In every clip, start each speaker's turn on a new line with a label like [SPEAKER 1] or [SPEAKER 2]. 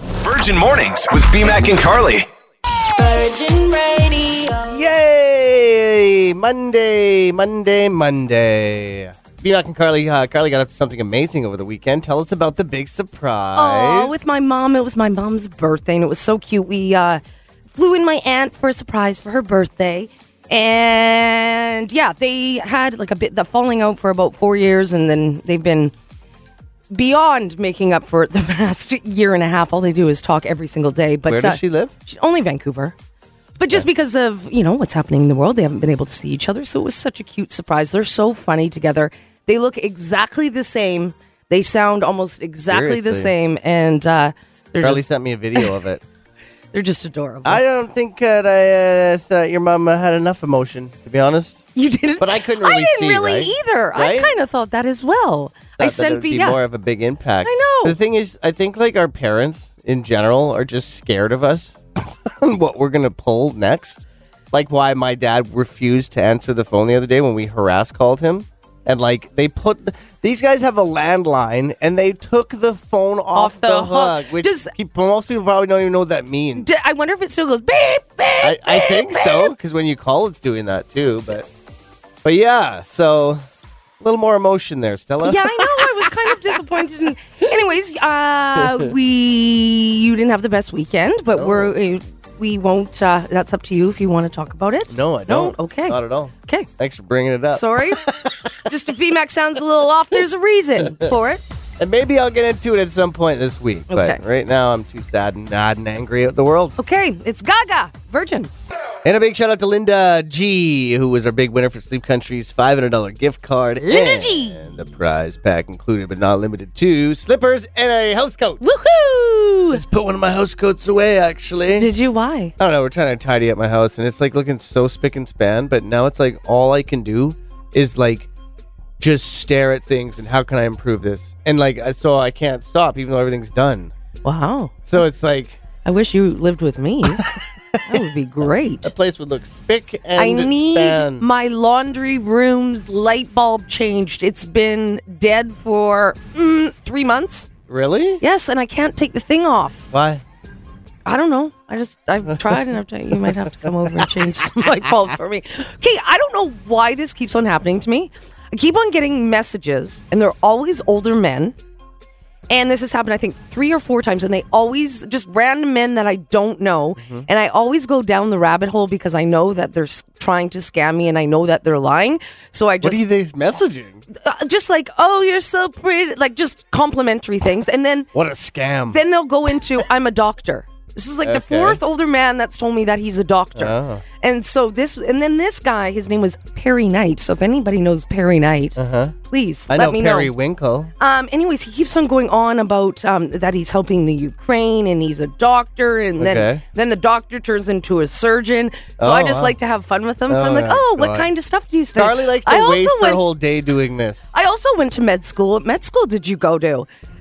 [SPEAKER 1] Virgin Mornings with BMAC and Carly.
[SPEAKER 2] Virgin Radio.
[SPEAKER 3] Yay! Monday, Monday, Monday. BMAC and Carly, uh, Carly got up to something amazing over the weekend. Tell us about the big surprise.
[SPEAKER 4] Oh, with my mom. It was my mom's birthday, and it was so cute. We uh, flew in my aunt for a surprise for her birthday, and yeah, they had like a bit the falling out for about four years, and then they've been beyond making up for it the past year and a half. All they do is talk every single day. But
[SPEAKER 3] Where does
[SPEAKER 4] uh,
[SPEAKER 3] she live?
[SPEAKER 4] she- only Vancouver. But just because of, you know, what's happening in the world, they haven't been able to see each other. So it was such a cute surprise. They're so funny together. They look exactly the same. They sound almost exactly the
[SPEAKER 3] Seriously.
[SPEAKER 4] same. And uh, they're,
[SPEAKER 3] Carly
[SPEAKER 4] just,
[SPEAKER 3] sent me a video of it.
[SPEAKER 4] they're just adorable.
[SPEAKER 3] I don't think that I uh, thought your mom uh, had enough emotion, to be honest.
[SPEAKER 4] you didn't.
[SPEAKER 3] but I couldn't
[SPEAKER 4] I
[SPEAKER 3] really
[SPEAKER 4] didn't
[SPEAKER 3] see,
[SPEAKER 4] really
[SPEAKER 3] right?
[SPEAKER 4] either.
[SPEAKER 3] Right?
[SPEAKER 4] I kind of thought that as well. I
[SPEAKER 3] Thought that it
[SPEAKER 4] sent
[SPEAKER 3] would
[SPEAKER 4] me,
[SPEAKER 3] be
[SPEAKER 4] yeah.
[SPEAKER 3] more of a big impact.
[SPEAKER 4] I know.
[SPEAKER 3] The thing is, I think like our parents in general are just scared of us and what we're gonna pull next. Like why my dad refused to answer the phone the other day when we harass called him, and like they put these guys have a landline and they took the phone off,
[SPEAKER 4] the hook.
[SPEAKER 3] which
[SPEAKER 4] Does-
[SPEAKER 3] people, most people probably don't even know what that means.
[SPEAKER 4] D- I wonder if it still goes beep, beep.
[SPEAKER 3] I, I think so because when you call, it's doing that too. But but yeah, so a little more emotion there, Stella.
[SPEAKER 4] yeah, I know. I was kind of disappointed. In, anyways, uh, we you didn't have the best weekend, but we're uh, we won't. Uh, that's up to you if you want to talk about it.
[SPEAKER 3] No, I don't.
[SPEAKER 4] No? Okay.
[SPEAKER 3] Not Uh, at all.
[SPEAKER 4] Okay.
[SPEAKER 3] Thanks for bringing it up.
[SPEAKER 4] Sorry. Just if VMAC sounds a little off, there's a reason for it.
[SPEAKER 3] and maybe I'll get into it at some point this week. But
[SPEAKER 4] Okay.
[SPEAKER 3] right now, I'm too sad and mad and angry at the world.
[SPEAKER 4] Okay, it's Gaga, Virgin.
[SPEAKER 3] And a big shout out to Linda G, who was our big winner for Sleep Country's $500 gift card. Linda and
[SPEAKER 4] G.
[SPEAKER 3] The prize pack included, but not limited to slippers and a house coat.
[SPEAKER 4] Woohoo!
[SPEAKER 3] Just put one of my house coats away, actually.
[SPEAKER 4] Did you? Why?
[SPEAKER 3] I don't know. We're trying to tidy up my house, and it's like looking so spick and span. But now it's like all I can do is like just stare at things and how can I improve this? And like I- so, I can't stop even though everything's done.
[SPEAKER 4] Wow.
[SPEAKER 3] So it's like
[SPEAKER 4] I wish you lived with me. that would be great.
[SPEAKER 3] the place would look spick and
[SPEAKER 4] I need
[SPEAKER 3] span.
[SPEAKER 4] my laundry room's light bulb changed. It's been dead for mm, three months.
[SPEAKER 3] really?
[SPEAKER 4] Yes, and I can't take the thing off.
[SPEAKER 3] Why?
[SPEAKER 4] I don't know. I just I've tried and I've tried. You might have to come over and change some light bulbs for me. Okay, I don't know why this keeps on happening to me. I keep on getting messages, and they're always older men. And this has happened, I think, three or four times, and they always just random men that I don't know,
[SPEAKER 3] Mm-hmm.
[SPEAKER 4] and I always go down the rabbit hole because I know that they're s- trying to scam me, and I know that they're lying. So I
[SPEAKER 3] What
[SPEAKER 4] just
[SPEAKER 3] are you guys messaging?
[SPEAKER 4] uh, just like, oh, you're so pretty, like just complimentary things, and then
[SPEAKER 3] What a scam!
[SPEAKER 4] then they'll go into I'm a doctor. This is like the
[SPEAKER 3] Okay.
[SPEAKER 4] fourth older man that's told me that he's a doctor.
[SPEAKER 3] Oh.
[SPEAKER 4] And so this and then this guy, his name was Perry Knight. So if anybody knows Perry Knight, please
[SPEAKER 3] Uh-huh. I
[SPEAKER 4] let
[SPEAKER 3] know
[SPEAKER 4] me
[SPEAKER 3] Perry
[SPEAKER 4] know.
[SPEAKER 3] Winkle.
[SPEAKER 4] Um anyways, he keeps on going on about um, that he's helping the Ukraine and he's a doctor and then
[SPEAKER 3] Okay.
[SPEAKER 4] then the doctor turns into a surgeon. So I
[SPEAKER 3] Oh,
[SPEAKER 4] just
[SPEAKER 3] wow.
[SPEAKER 4] like to have fun with him. so I'm
[SPEAKER 3] Oh,
[SPEAKER 4] like,
[SPEAKER 3] yeah,
[SPEAKER 4] "Oh,
[SPEAKER 3] God.
[SPEAKER 4] what kind of stuff do you study?"
[SPEAKER 3] Charlie likes to
[SPEAKER 4] I also
[SPEAKER 3] waste her
[SPEAKER 4] went
[SPEAKER 3] whole day doing this.
[SPEAKER 4] I also went to med school. What med school did you go to?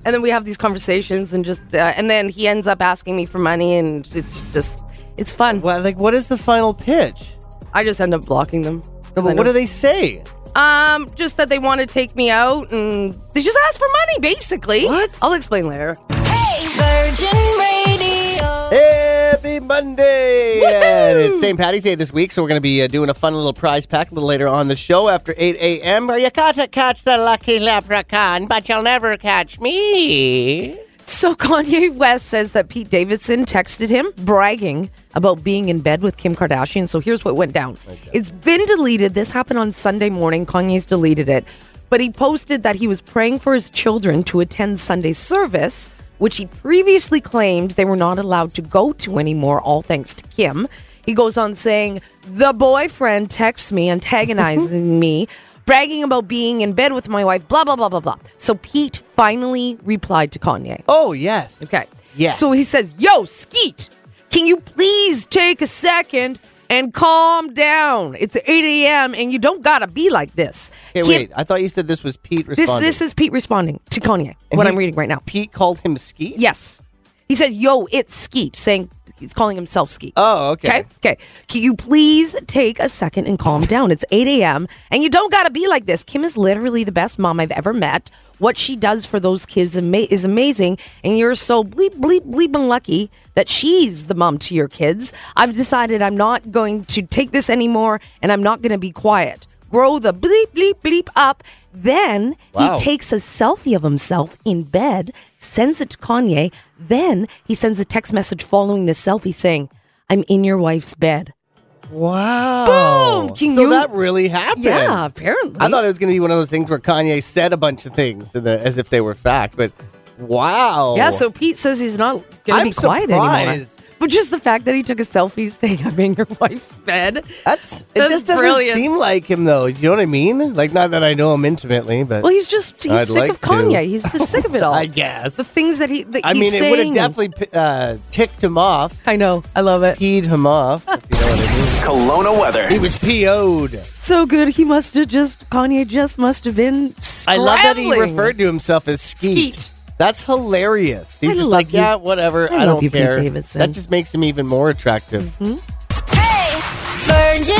[SPEAKER 4] And then we have these conversations, and just uh, and then he ends up asking me for money, and it's just it's fun.
[SPEAKER 3] Well, like, what is the final pitch?
[SPEAKER 4] I just end up blocking them.
[SPEAKER 3] No, but what do they say?
[SPEAKER 4] Um, just that they want to take me out, and they just ask for money, basically.
[SPEAKER 3] What?
[SPEAKER 4] I'll explain later.
[SPEAKER 2] Hey, Virgin Radio.
[SPEAKER 3] Happy Monday! And it's St. Patty's Day this week, so we're going to be uh, doing a fun little prize pack a little later on the show after 8 a.m. Where you gotta catch the lucky leprechaun, but you'll never catch me.
[SPEAKER 4] So Kanye West says that Pete Davidson texted him bragging about being in bed with Kim Kardashian. So here's what went down. It's been deleted. This happened on Sunday morning. Kanye's deleted it. But he posted that he was praying for his children to attend Sunday service, which he previously claimed they were not allowed to go to anymore, all thanks to Kim. He goes on saying, The boyfriend texts me, antagonizing me, bragging about being in bed with my wife, blah, blah, blah, blah, blah. So Pete finally replied to Kanye.
[SPEAKER 3] Oh, yes.
[SPEAKER 4] Okay.
[SPEAKER 3] Yes.
[SPEAKER 4] So he says, Yo, Skeet, can you please take a second and calm down? It's 8 a.m. and you don't gotta be like this.
[SPEAKER 3] Okay,
[SPEAKER 4] Kim-
[SPEAKER 3] wait. I thought you said this was Pete
[SPEAKER 4] This,
[SPEAKER 3] responding.
[SPEAKER 4] this is Pete responding to Kanye,
[SPEAKER 3] And
[SPEAKER 4] what
[SPEAKER 3] he-
[SPEAKER 4] I'm reading right now.
[SPEAKER 3] Pete called him Skeet?
[SPEAKER 4] Yes. He said, Yo, it's Skeet, saying He's calling himself Ski.
[SPEAKER 3] Oh, okay.
[SPEAKER 4] Okay. Okay. Can you please take a second and calm down? It's 8 a.m. and you don't got to be like this. Kim is literally the best mom I've ever met. What she does for those kids ama- is amazing. And you're so bleep, bleep, bleep, and lucky that she's the mom to your kids. I've decided I'm not going to take this anymore and I'm not going to be quiet. Grow the bleep, bleep, bleep up. Then
[SPEAKER 3] Wow.
[SPEAKER 4] he takes a selfie of himself in bed, sends it to Kanye. Then he sends a text message following the selfie saying, I'm in your wife's bed.
[SPEAKER 3] Wow.
[SPEAKER 4] Boom! Can
[SPEAKER 3] so
[SPEAKER 4] you-
[SPEAKER 3] that really happened.
[SPEAKER 4] Yeah, apparently.
[SPEAKER 3] I thought it was going to be one of those things where Kanye said a bunch of things and the, as if they were fact, but wow.
[SPEAKER 4] yeah, so Pete says he's not going to
[SPEAKER 3] I'm
[SPEAKER 4] be quiet anymore.
[SPEAKER 3] surprised.
[SPEAKER 4] But just the fact that he took a selfie saying, I'm in your wife's bed.
[SPEAKER 3] that's it.
[SPEAKER 4] That's
[SPEAKER 3] just doesn't
[SPEAKER 4] brilliant.
[SPEAKER 3] seem like him, though. You know what I mean? Like, not that I know him intimately, but
[SPEAKER 4] Well, he's just, he's
[SPEAKER 3] I'd
[SPEAKER 4] sick
[SPEAKER 3] like
[SPEAKER 4] of
[SPEAKER 3] to.
[SPEAKER 4] Kanye. He's just sick of it all.
[SPEAKER 3] I guess.
[SPEAKER 4] The things that he, that
[SPEAKER 3] I mean,
[SPEAKER 4] he's
[SPEAKER 3] it would have
[SPEAKER 4] saying.
[SPEAKER 3] definitely uh, ticked him off,
[SPEAKER 4] I know. I love it.
[SPEAKER 3] peed him off. If you know what I mean.
[SPEAKER 1] Kelowna weather.
[SPEAKER 3] He was PO'd.
[SPEAKER 4] So good. He must have just, Kanye just must have been
[SPEAKER 3] I
[SPEAKER 4] scrambling.
[SPEAKER 3] love that he referred to himself as Skeet.
[SPEAKER 4] Skeet.
[SPEAKER 3] That's hilarious. He's
[SPEAKER 4] I
[SPEAKER 3] just
[SPEAKER 4] love
[SPEAKER 3] like,
[SPEAKER 4] you.
[SPEAKER 3] yeah, whatever.
[SPEAKER 4] I
[SPEAKER 3] I,
[SPEAKER 4] love
[SPEAKER 3] don't
[SPEAKER 4] you, Pete
[SPEAKER 3] care.
[SPEAKER 4] Davidson. Mm-hmm.
[SPEAKER 3] That just makes him even more attractive.
[SPEAKER 2] Hey, Virgin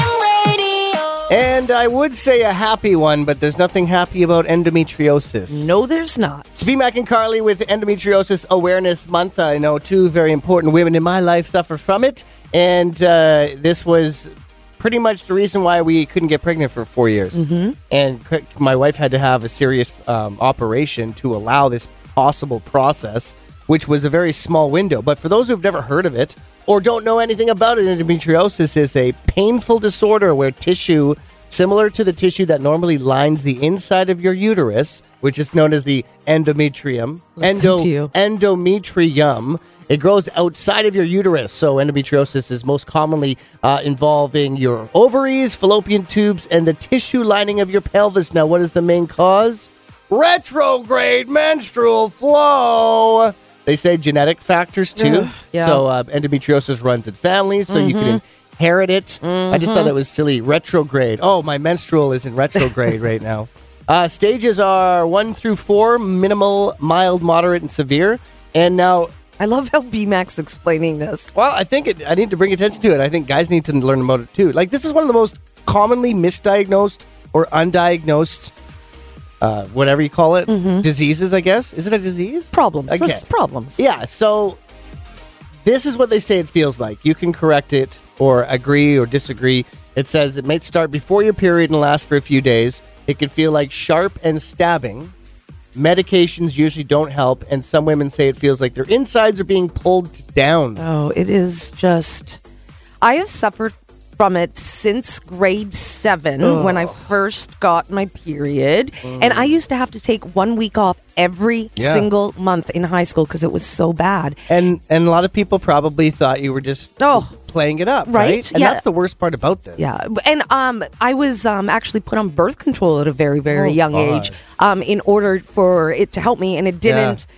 [SPEAKER 2] Radio.
[SPEAKER 3] And I would say a happy one, but there's nothing happy about endometriosis.
[SPEAKER 4] No, there's not.
[SPEAKER 3] It's BMAC and Carly with Endometriosis Awareness Month. I know two very important women in my life suffer from it. And uh, this was pretty much the reason why we couldn't get pregnant for four years. Mm-hmm. And c- my wife had to have a serious um, operation to allow this possible process, which was a very small window. But for those who've never heard of it or don't know anything about it, endometriosis is a painful disorder where tissue similar to the tissue that normally lines the inside of your uterus, which is known as the endometrium.
[SPEAKER 4] Listen to you.
[SPEAKER 3] Endometrium. It grows outside of your uterus, so endometriosis is most commonly uh, involving your ovaries, fallopian tubes, and the tissue lining of your pelvis. Now, what is the main cause? Retrograde menstrual flow. They say genetic factors too.
[SPEAKER 4] Ugh, yeah. Mm-hmm.
[SPEAKER 3] So uh, endometriosis runs in families, so you can inherit it. I just thought that was silly. Retrograde. Oh, my menstrual is in retrograde right now. Uh, stages are one through four minimal, mild, moderate, and severe. And now,
[SPEAKER 4] I love how BMAC's explaining this.
[SPEAKER 3] well, I think it, I need to bring attention to it. I think guys need to learn about it too. Like, this is one of the most commonly misdiagnosed or undiagnosed. Uh, whatever you call it, diseases, I guess. Is it a disease?
[SPEAKER 4] Mm-hmm. Problems. This
[SPEAKER 3] Okay.
[SPEAKER 4] is problems.
[SPEAKER 3] Yeah, so this is what they say it feels like. You can correct it or agree or disagree. It says it may start before your period and last for a few days. It can feel like sharp and stabbing. Medications usually don't help, and some women say it feels like their insides are being pulled down.
[SPEAKER 4] Oh, it is just. I have suffered from it since grade seven when I first got my period. And I used to have to take one week off every
[SPEAKER 3] Yeah.
[SPEAKER 4] single month in high school because it was so bad.
[SPEAKER 3] And and a lot of people probably thought you were just
[SPEAKER 4] Oh.
[SPEAKER 3] playing it up, right?
[SPEAKER 4] Right,
[SPEAKER 3] And
[SPEAKER 4] yeah.
[SPEAKER 3] that's the worst part about this.
[SPEAKER 4] Yeah, and um, I was um, actually put on birth control at a very,
[SPEAKER 3] Oh,
[SPEAKER 4] very young
[SPEAKER 3] gosh.
[SPEAKER 4] age um, in order for it to help me, and it didn't.
[SPEAKER 3] No,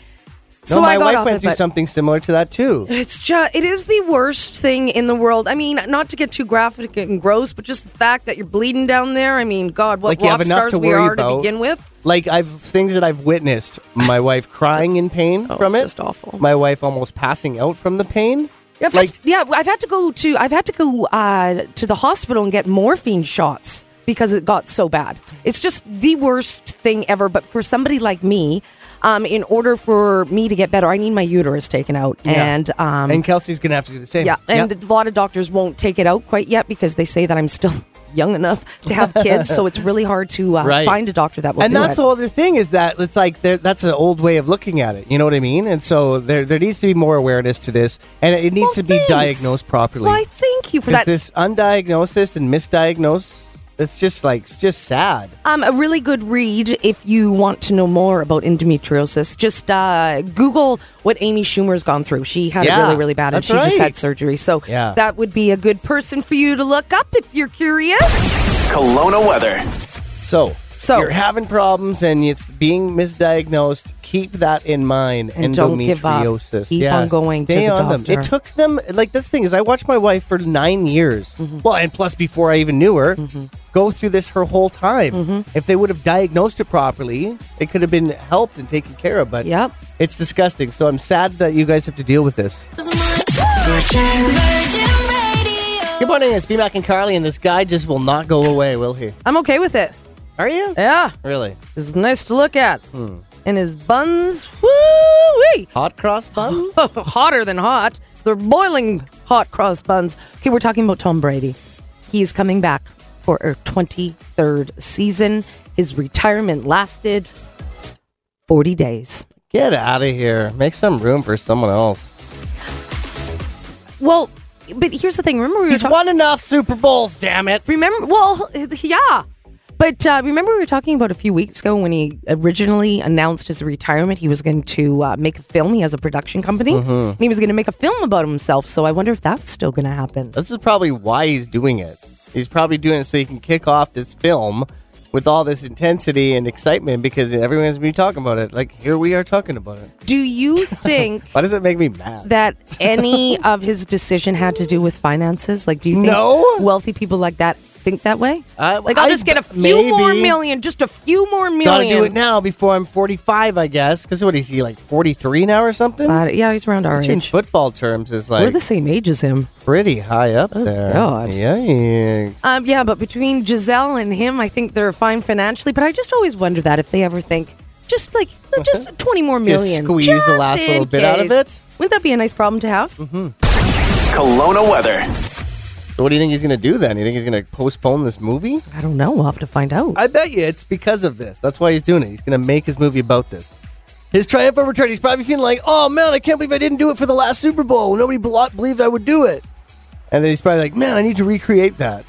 [SPEAKER 4] So
[SPEAKER 3] my
[SPEAKER 4] I got
[SPEAKER 3] wife
[SPEAKER 4] off
[SPEAKER 3] went
[SPEAKER 4] it,
[SPEAKER 3] through
[SPEAKER 4] but-
[SPEAKER 3] something similar to that too.
[SPEAKER 4] It's just, it is the worst thing in the world. I mean, not to get too graphic and gross, but just the fact that you're bleeding down there. I mean, God, what
[SPEAKER 3] Like, you have
[SPEAKER 4] rock
[SPEAKER 3] enough
[SPEAKER 4] stars
[SPEAKER 3] to
[SPEAKER 4] we
[SPEAKER 3] worry
[SPEAKER 4] are
[SPEAKER 3] about.
[SPEAKER 4] to begin with.
[SPEAKER 3] like I've things that I've witnessed. My wife crying in pain
[SPEAKER 4] Oh,
[SPEAKER 3] from
[SPEAKER 4] it's
[SPEAKER 3] it.
[SPEAKER 4] just awful.
[SPEAKER 3] My wife almost passing out from the pain.
[SPEAKER 4] Yeah, I've
[SPEAKER 3] like
[SPEAKER 4] had to, yeah, I've had to go to I've had to go uh, to the hospital and get morphine shots because it got so bad. It's just the worst thing ever. But for somebody like me, um, in order for me to get better, I need my uterus taken out,
[SPEAKER 3] Yeah.
[SPEAKER 4] and um,
[SPEAKER 3] and Kelsey's gonna have to do the same.
[SPEAKER 4] yeah, and a lot of doctors won't take it out quite yet because they say that I'm still young enough to have kids, so it's really hard to uh,
[SPEAKER 3] Right.
[SPEAKER 4] find a doctor that will
[SPEAKER 3] and
[SPEAKER 4] do
[SPEAKER 3] that's
[SPEAKER 4] it.
[SPEAKER 3] the other thing is that it's like there, that's an old way of looking at it. You know what I mean? And so there there needs to be more awareness to this, and it needs to
[SPEAKER 4] Well,
[SPEAKER 3] be
[SPEAKER 4] thanks.
[SPEAKER 3] diagnosed properly.
[SPEAKER 4] Why? Thank you for
[SPEAKER 3] Because
[SPEAKER 4] that.
[SPEAKER 3] this undiagnosis and misdiagnosed, it's just like it's just sad.
[SPEAKER 4] Um, a really good read if you want to know more about endometriosis. Just uh, Google what Amy Schumer's gone through. She had
[SPEAKER 3] Yeah,
[SPEAKER 4] it really, really bad, and
[SPEAKER 3] that's
[SPEAKER 4] she just
[SPEAKER 3] right.
[SPEAKER 4] had surgery. So
[SPEAKER 3] Yeah.
[SPEAKER 4] that would be a good person for you to look up if you're curious.
[SPEAKER 1] Kelowna weather.
[SPEAKER 3] So,
[SPEAKER 4] So-
[SPEAKER 3] you're having problems and it's being misdiagnosed. Keep that in mind.
[SPEAKER 4] And
[SPEAKER 3] Endometriosis.
[SPEAKER 4] don't give up. Keep on going to
[SPEAKER 3] Stay
[SPEAKER 4] the
[SPEAKER 3] on them.
[SPEAKER 4] doctor.
[SPEAKER 3] It took them like this thing is. I watched my wife for nine years.
[SPEAKER 4] Mm-hmm.
[SPEAKER 3] Well, and plus before I even knew her, go through this her whole time.
[SPEAKER 4] Mm-hmm.
[SPEAKER 3] If they would have diagnosed it properly, it could have been helped and taken care of. But
[SPEAKER 4] Yep.
[SPEAKER 3] it's disgusting. So I'm sad that you guys have to deal with this.
[SPEAKER 2] Woo! Virgin, Virgin Radio.
[SPEAKER 3] Good morning, it's B-Mac and Carly, and this guy just will not go away, will he?
[SPEAKER 4] I'm okay with it.
[SPEAKER 3] Are you?
[SPEAKER 4] Yeah,
[SPEAKER 3] Really?
[SPEAKER 4] it's nice to look at.
[SPEAKER 3] Hmm.
[SPEAKER 4] And his buns, woo wee,
[SPEAKER 3] Hot cross buns?
[SPEAKER 4] hotter than hot. They're boiling hot cross buns. Okay, we're talking about Tom Brady. He is coming back for a 23rd season. His retirement lasted 40 days.
[SPEAKER 3] Get out of here. Make some room for someone else.
[SPEAKER 4] Well, but here's the thing. Remember we were
[SPEAKER 3] He's
[SPEAKER 4] talking.
[SPEAKER 3] won enough Super Bowls, damn it.
[SPEAKER 4] Remember? Well, yeah. But uh, remember, we were talking about a few weeks ago when he originally announced his retirement. He was going to uh, make a film. He has a production company, and he was going to make a film about himself. So I wonder if that's still going to happen.
[SPEAKER 3] This is probably why he's doing it. He's probably doing it so he can kick off this film with all this intensity and excitement because everyone's been talking about it. Like, here we are talking about it.
[SPEAKER 4] Do you think
[SPEAKER 3] Why does it make me mad?
[SPEAKER 4] that any of his decision had to do with finances? Like, do you think
[SPEAKER 3] No.
[SPEAKER 4] wealthy people like that think that way?
[SPEAKER 3] I-
[SPEAKER 4] like, I'll
[SPEAKER 3] I-
[SPEAKER 4] just get a few more
[SPEAKER 3] maybe.
[SPEAKER 4] million, just a few more million.
[SPEAKER 3] Gotta do it now before I'm 45, I guess. Because what is he, like 43 now or something?
[SPEAKER 4] But, yeah, he's around our
[SPEAKER 3] Which in
[SPEAKER 4] age.
[SPEAKER 3] football terms is
[SPEAKER 4] We're
[SPEAKER 3] like
[SPEAKER 4] the same age as him.
[SPEAKER 3] pretty high up there.
[SPEAKER 4] God.
[SPEAKER 3] Yikes.
[SPEAKER 4] Um, yeah, but between Giselle and him, I think they're fine financially. But I just always wonder that if they ever think, just like just twenty more million,
[SPEAKER 3] squeeze the
[SPEAKER 4] just
[SPEAKER 3] last
[SPEAKER 4] in
[SPEAKER 3] little bit out of
[SPEAKER 4] case.
[SPEAKER 3] it.
[SPEAKER 4] Wouldn't that be a nice problem to have?
[SPEAKER 1] Kelowna weather.
[SPEAKER 3] So what do you think he's gonna do then? You think he's gonna postpone this movie?
[SPEAKER 4] I don't know. We'll have to find out.
[SPEAKER 3] I bet you it's because of this. That's why he's doing it. He's going to make his movie about this. His triumph over return. He's probably feeling like, oh man, I can't believe I didn't do it for the last Super Bowl. Nobody belo- believed I would do it. And then he's probably like, man, I need to recreate that.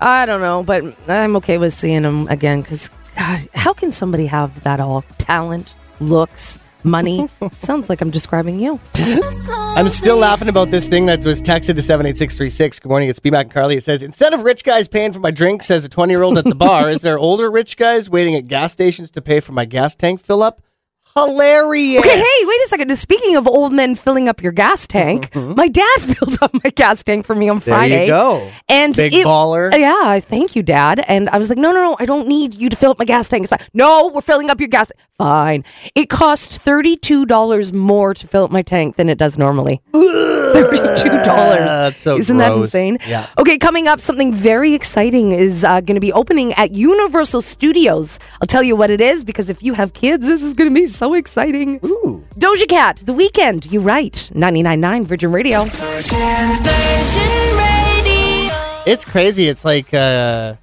[SPEAKER 4] I don't know, but I'm okay with seeing him again because God, how can somebody have that all? Talent, looks, money. Sounds like I'm describing you. Oh,
[SPEAKER 3] I'm still laughing about this thing that was texted to 78636. Good morning, it's B Mac and Carly. It says, instead of rich guys paying for my drink, says a 20 year old at the bar, is there older rich guys waiting at gas stations to pay for my gas tank fill up? Hilarious.
[SPEAKER 4] Okay, hey, wait a second. Speaking of old men filling up your gas tank, my dad filled up my gas tank for me on
[SPEAKER 3] Mm-hmm. There
[SPEAKER 4] Friday.
[SPEAKER 3] you go.
[SPEAKER 4] And
[SPEAKER 3] Big
[SPEAKER 4] it-
[SPEAKER 3] baller.
[SPEAKER 4] Yeah, I thank you, Dad. And I was like, no, no, no, I don't need you to fill up my gas tank. It's like, no, we're filling up your gas. tank." Fine. It costs thirty-two dollars more to fill up my tank than it does normally. Thirty-two dollars.
[SPEAKER 3] That's so
[SPEAKER 4] Isn't that
[SPEAKER 3] gross.
[SPEAKER 4] insane?
[SPEAKER 3] Yeah.
[SPEAKER 4] Okay, coming up, something very exciting is uh, going to be opening at Universal Studios. I'll tell you what it is because if you have kids, this is going to be so exciting.
[SPEAKER 3] Ooh.
[SPEAKER 4] Doja Cat, The Weekend, You Right, 99.9 Virgin Radio.
[SPEAKER 2] Virgin, Virgin Radio.
[SPEAKER 3] it's crazy. It's like uh you-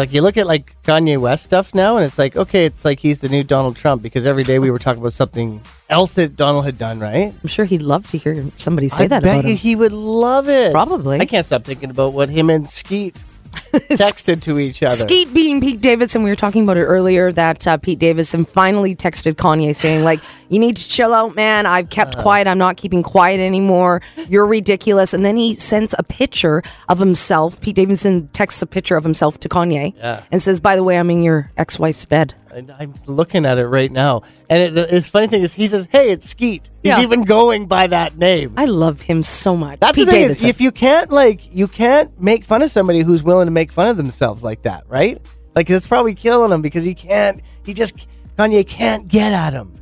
[SPEAKER 3] like you look at like Kanye West stuff now and it's like okay, it's like he's the new Donald Trump because every day we were talking about something else that Donald had done, right?
[SPEAKER 4] I'm sure he'd love to hear somebody say
[SPEAKER 3] I
[SPEAKER 4] that
[SPEAKER 3] bet
[SPEAKER 4] about
[SPEAKER 3] you
[SPEAKER 4] him.
[SPEAKER 3] he would love it.
[SPEAKER 4] Probably.
[SPEAKER 3] I can't stop thinking about what him and Skeet texted to each other.
[SPEAKER 4] Skeet being Pete Davidson, we were talking about it earlier that uh, Pete Davidson finally texted Kanye saying, like, you need to chill out, man. I've
[SPEAKER 3] Uh.
[SPEAKER 4] kept quiet. I'm not keeping quiet anymore. You're ridiculous. And then he sends a picture of himself. Pete Davidson texts a picture of himself to Kanye and says, by the way, I'm in your ex wife's bed.
[SPEAKER 3] And I'm looking at it right now, and it, the his funny thing is he says, "Hey, it's Skeet." He's
[SPEAKER 4] Yeah.
[SPEAKER 3] even going by that name.
[SPEAKER 4] I love him so much.
[SPEAKER 3] That's
[SPEAKER 4] Pete
[SPEAKER 3] the thing
[SPEAKER 4] Davidson.
[SPEAKER 3] is, if you can't like, you can't make fun of somebody who's willing to make fun of themselves like that, right? Like that's probably killing him because he can't. He just Kanye can't get at him.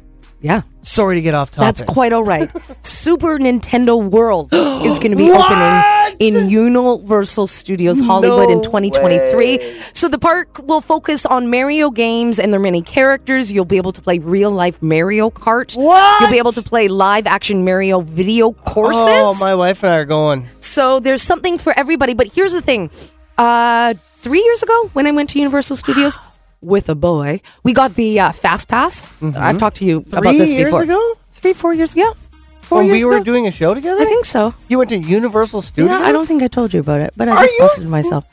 [SPEAKER 4] yeah.
[SPEAKER 3] Sorry to get off topic.
[SPEAKER 4] That's quite all right. Super Nintendo World is going to be
[SPEAKER 3] What?
[SPEAKER 4] opening in Universal Studios Hollywood in
[SPEAKER 3] No
[SPEAKER 4] 2023. So the park will focus on Mario games and their many characters. You'll be able to play real life Mario Kart.
[SPEAKER 3] What?
[SPEAKER 4] You'll be able to play live action Mario video courses.
[SPEAKER 3] Oh, my wife and I are going.
[SPEAKER 4] So there's something for everybody. But here's the thing. Uh, three years ago, when I went to Universal Studios with a boy, we got the uh, Fast Pass. I've talked to you about
[SPEAKER 3] Mm-hmm. Three
[SPEAKER 4] this
[SPEAKER 3] years
[SPEAKER 4] before.
[SPEAKER 3] ago?
[SPEAKER 4] Three, four years ago. Four
[SPEAKER 3] when
[SPEAKER 4] years
[SPEAKER 3] Oh, we were
[SPEAKER 4] ago.
[SPEAKER 3] doing a show together.
[SPEAKER 4] I think so.
[SPEAKER 3] you went to Universal
[SPEAKER 4] You
[SPEAKER 3] Studios.
[SPEAKER 4] know, I don't think I told you about it, but I
[SPEAKER 3] Are
[SPEAKER 4] just
[SPEAKER 3] you-
[SPEAKER 4] busted myself.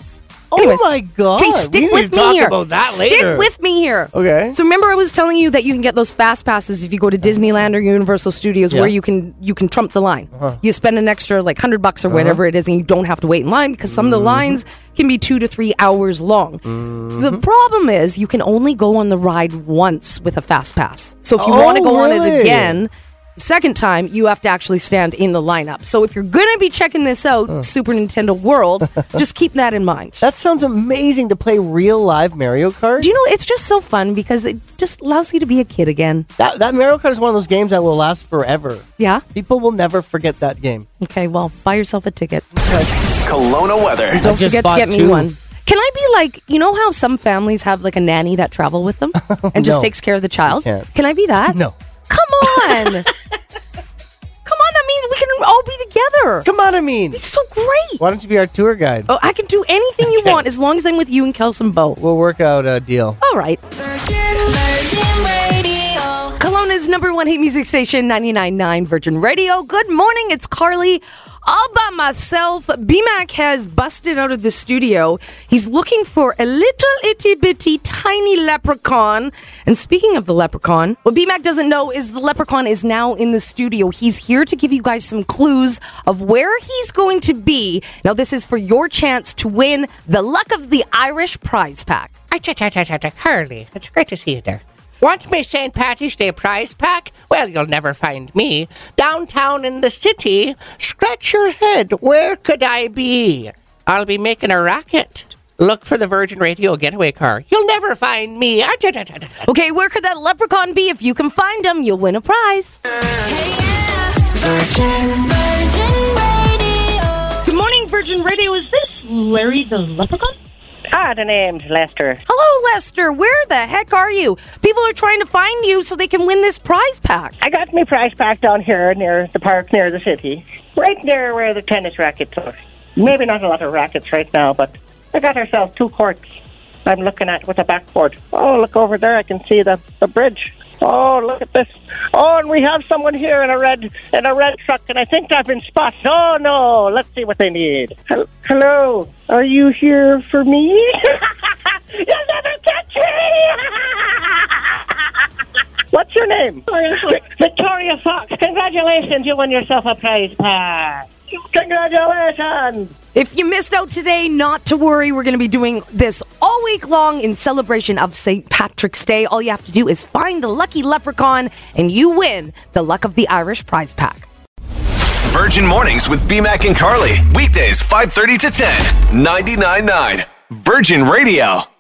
[SPEAKER 3] Oh
[SPEAKER 4] Anyways.
[SPEAKER 3] my god!
[SPEAKER 4] Okay,
[SPEAKER 3] we
[SPEAKER 4] stick
[SPEAKER 3] need
[SPEAKER 4] with
[SPEAKER 3] to
[SPEAKER 4] me
[SPEAKER 3] talk
[SPEAKER 4] here.
[SPEAKER 3] about that
[SPEAKER 4] stick
[SPEAKER 3] later.
[SPEAKER 4] with me here.
[SPEAKER 3] Okay.
[SPEAKER 4] So remember, I was telling you that you can get those fast passes if you go to Disneyland or Universal Studios,
[SPEAKER 3] Yeah. Uh-huh.
[SPEAKER 4] where you can you can trump the line. You spend an extra like hundred bucks or whatever it is, and you don't have to wait in line because some of the
[SPEAKER 3] Mm-hmm.
[SPEAKER 4] lines can be two to three hours long. The problem is you can only go on the ride once with a fast pass. So if you
[SPEAKER 3] Oh,
[SPEAKER 4] want to go on it
[SPEAKER 3] really?
[SPEAKER 4] again. Second time, you have to actually stand in the lineup. So if you're going to be checking this out, Super Nintendo World, just keep that in mind.
[SPEAKER 3] That sounds amazing to play real live Mario Kart.
[SPEAKER 4] Do you know, it's just so fun because it just allows you to be a kid again.
[SPEAKER 3] that, that Mario Kart is one of those games that will last forever.
[SPEAKER 4] Yeah?
[SPEAKER 3] People will never forget that game.
[SPEAKER 4] Okay, well, buy yourself a ticket.
[SPEAKER 1] Kelowna weather.
[SPEAKER 4] Don't
[SPEAKER 3] just
[SPEAKER 4] forget to
[SPEAKER 3] bought
[SPEAKER 4] get me
[SPEAKER 3] two.
[SPEAKER 4] one. Can I be like, you know how some families have like a nanny that travel with them and just
[SPEAKER 3] No.
[SPEAKER 4] takes care of the child?
[SPEAKER 3] You can't.
[SPEAKER 4] Can I be that?
[SPEAKER 3] No.
[SPEAKER 4] Come on. Come on, that means we can all be together.
[SPEAKER 3] Come on, I mean.
[SPEAKER 4] It's so great.
[SPEAKER 3] Why don't you be our tour guide?
[SPEAKER 4] Oh, I can do anything you want as long as I'm with you and Kelson Bo.
[SPEAKER 3] We'll work out a deal.
[SPEAKER 4] All right.
[SPEAKER 2] Virgin, Virgin Radio.
[SPEAKER 4] Kelowna's number one hit music station, 99.9 Virgin Radio. Good morning, it's Carly. All by myself, BMAC has busted out of the studio. He's looking for a little itty bitty tiny leprechaun. And speaking of the leprechaun, what BMAC doesn't know is the leprechaun is now in the studio. He's here to give you guys some clues of where he's going to be. Now, this is for your chance to win the Luck of the Irish prize pack.
[SPEAKER 5] Ah, cha cha cha cha cha, Carly, it's great to see you there. Want my St. Patty's Day prize pack? Well, you'll never find me. Downtown in the city, scratch your head. Where could I be? I'll be making a racket. Look for the Virgin Radio getaway car. You'll never find me. Ah, cha cha cha cha.
[SPEAKER 4] Okay, where could that leprechaun be? If you can find him, you'll win a prize.
[SPEAKER 2] Hey, yeah. Virgin, Virgin Radio.
[SPEAKER 4] Good morning, Virgin Radio. Is this Larry the Leprechaun?
[SPEAKER 6] Ah, the name's Lester.
[SPEAKER 4] Hello, Lester. Where the heck are you? People are trying to find you so they can win this prize pack.
[SPEAKER 6] I got my prize pack down here near the park, near the city, right near where the tennis rackets are. Maybe not a lot of rackets right now, but I got ourselves two courts. I'm looking at with a backboard. Oh, look over there! I can see the the bridge. Oh, look at this! Oh, and we have someone here in a red in a red truck, and I think I've been spotted. Oh no! Let's see what they need. Hel- Hello, are you here for me? You'll never catch me! What's your name? Victoria Fox. Congratulations, you won yourself a prize pack. Congratulations!
[SPEAKER 4] If you missed out today, not to worry. We're going to be doing this all week long in celebration of St. Patrick's Day. All you have to do is find the lucky leprechaun and you win the Luck of the Irish prize pack.
[SPEAKER 1] Virgin Mornings with BMAC and Carly. Weekdays 5:30 to 10. 99.9 Virgin Radio.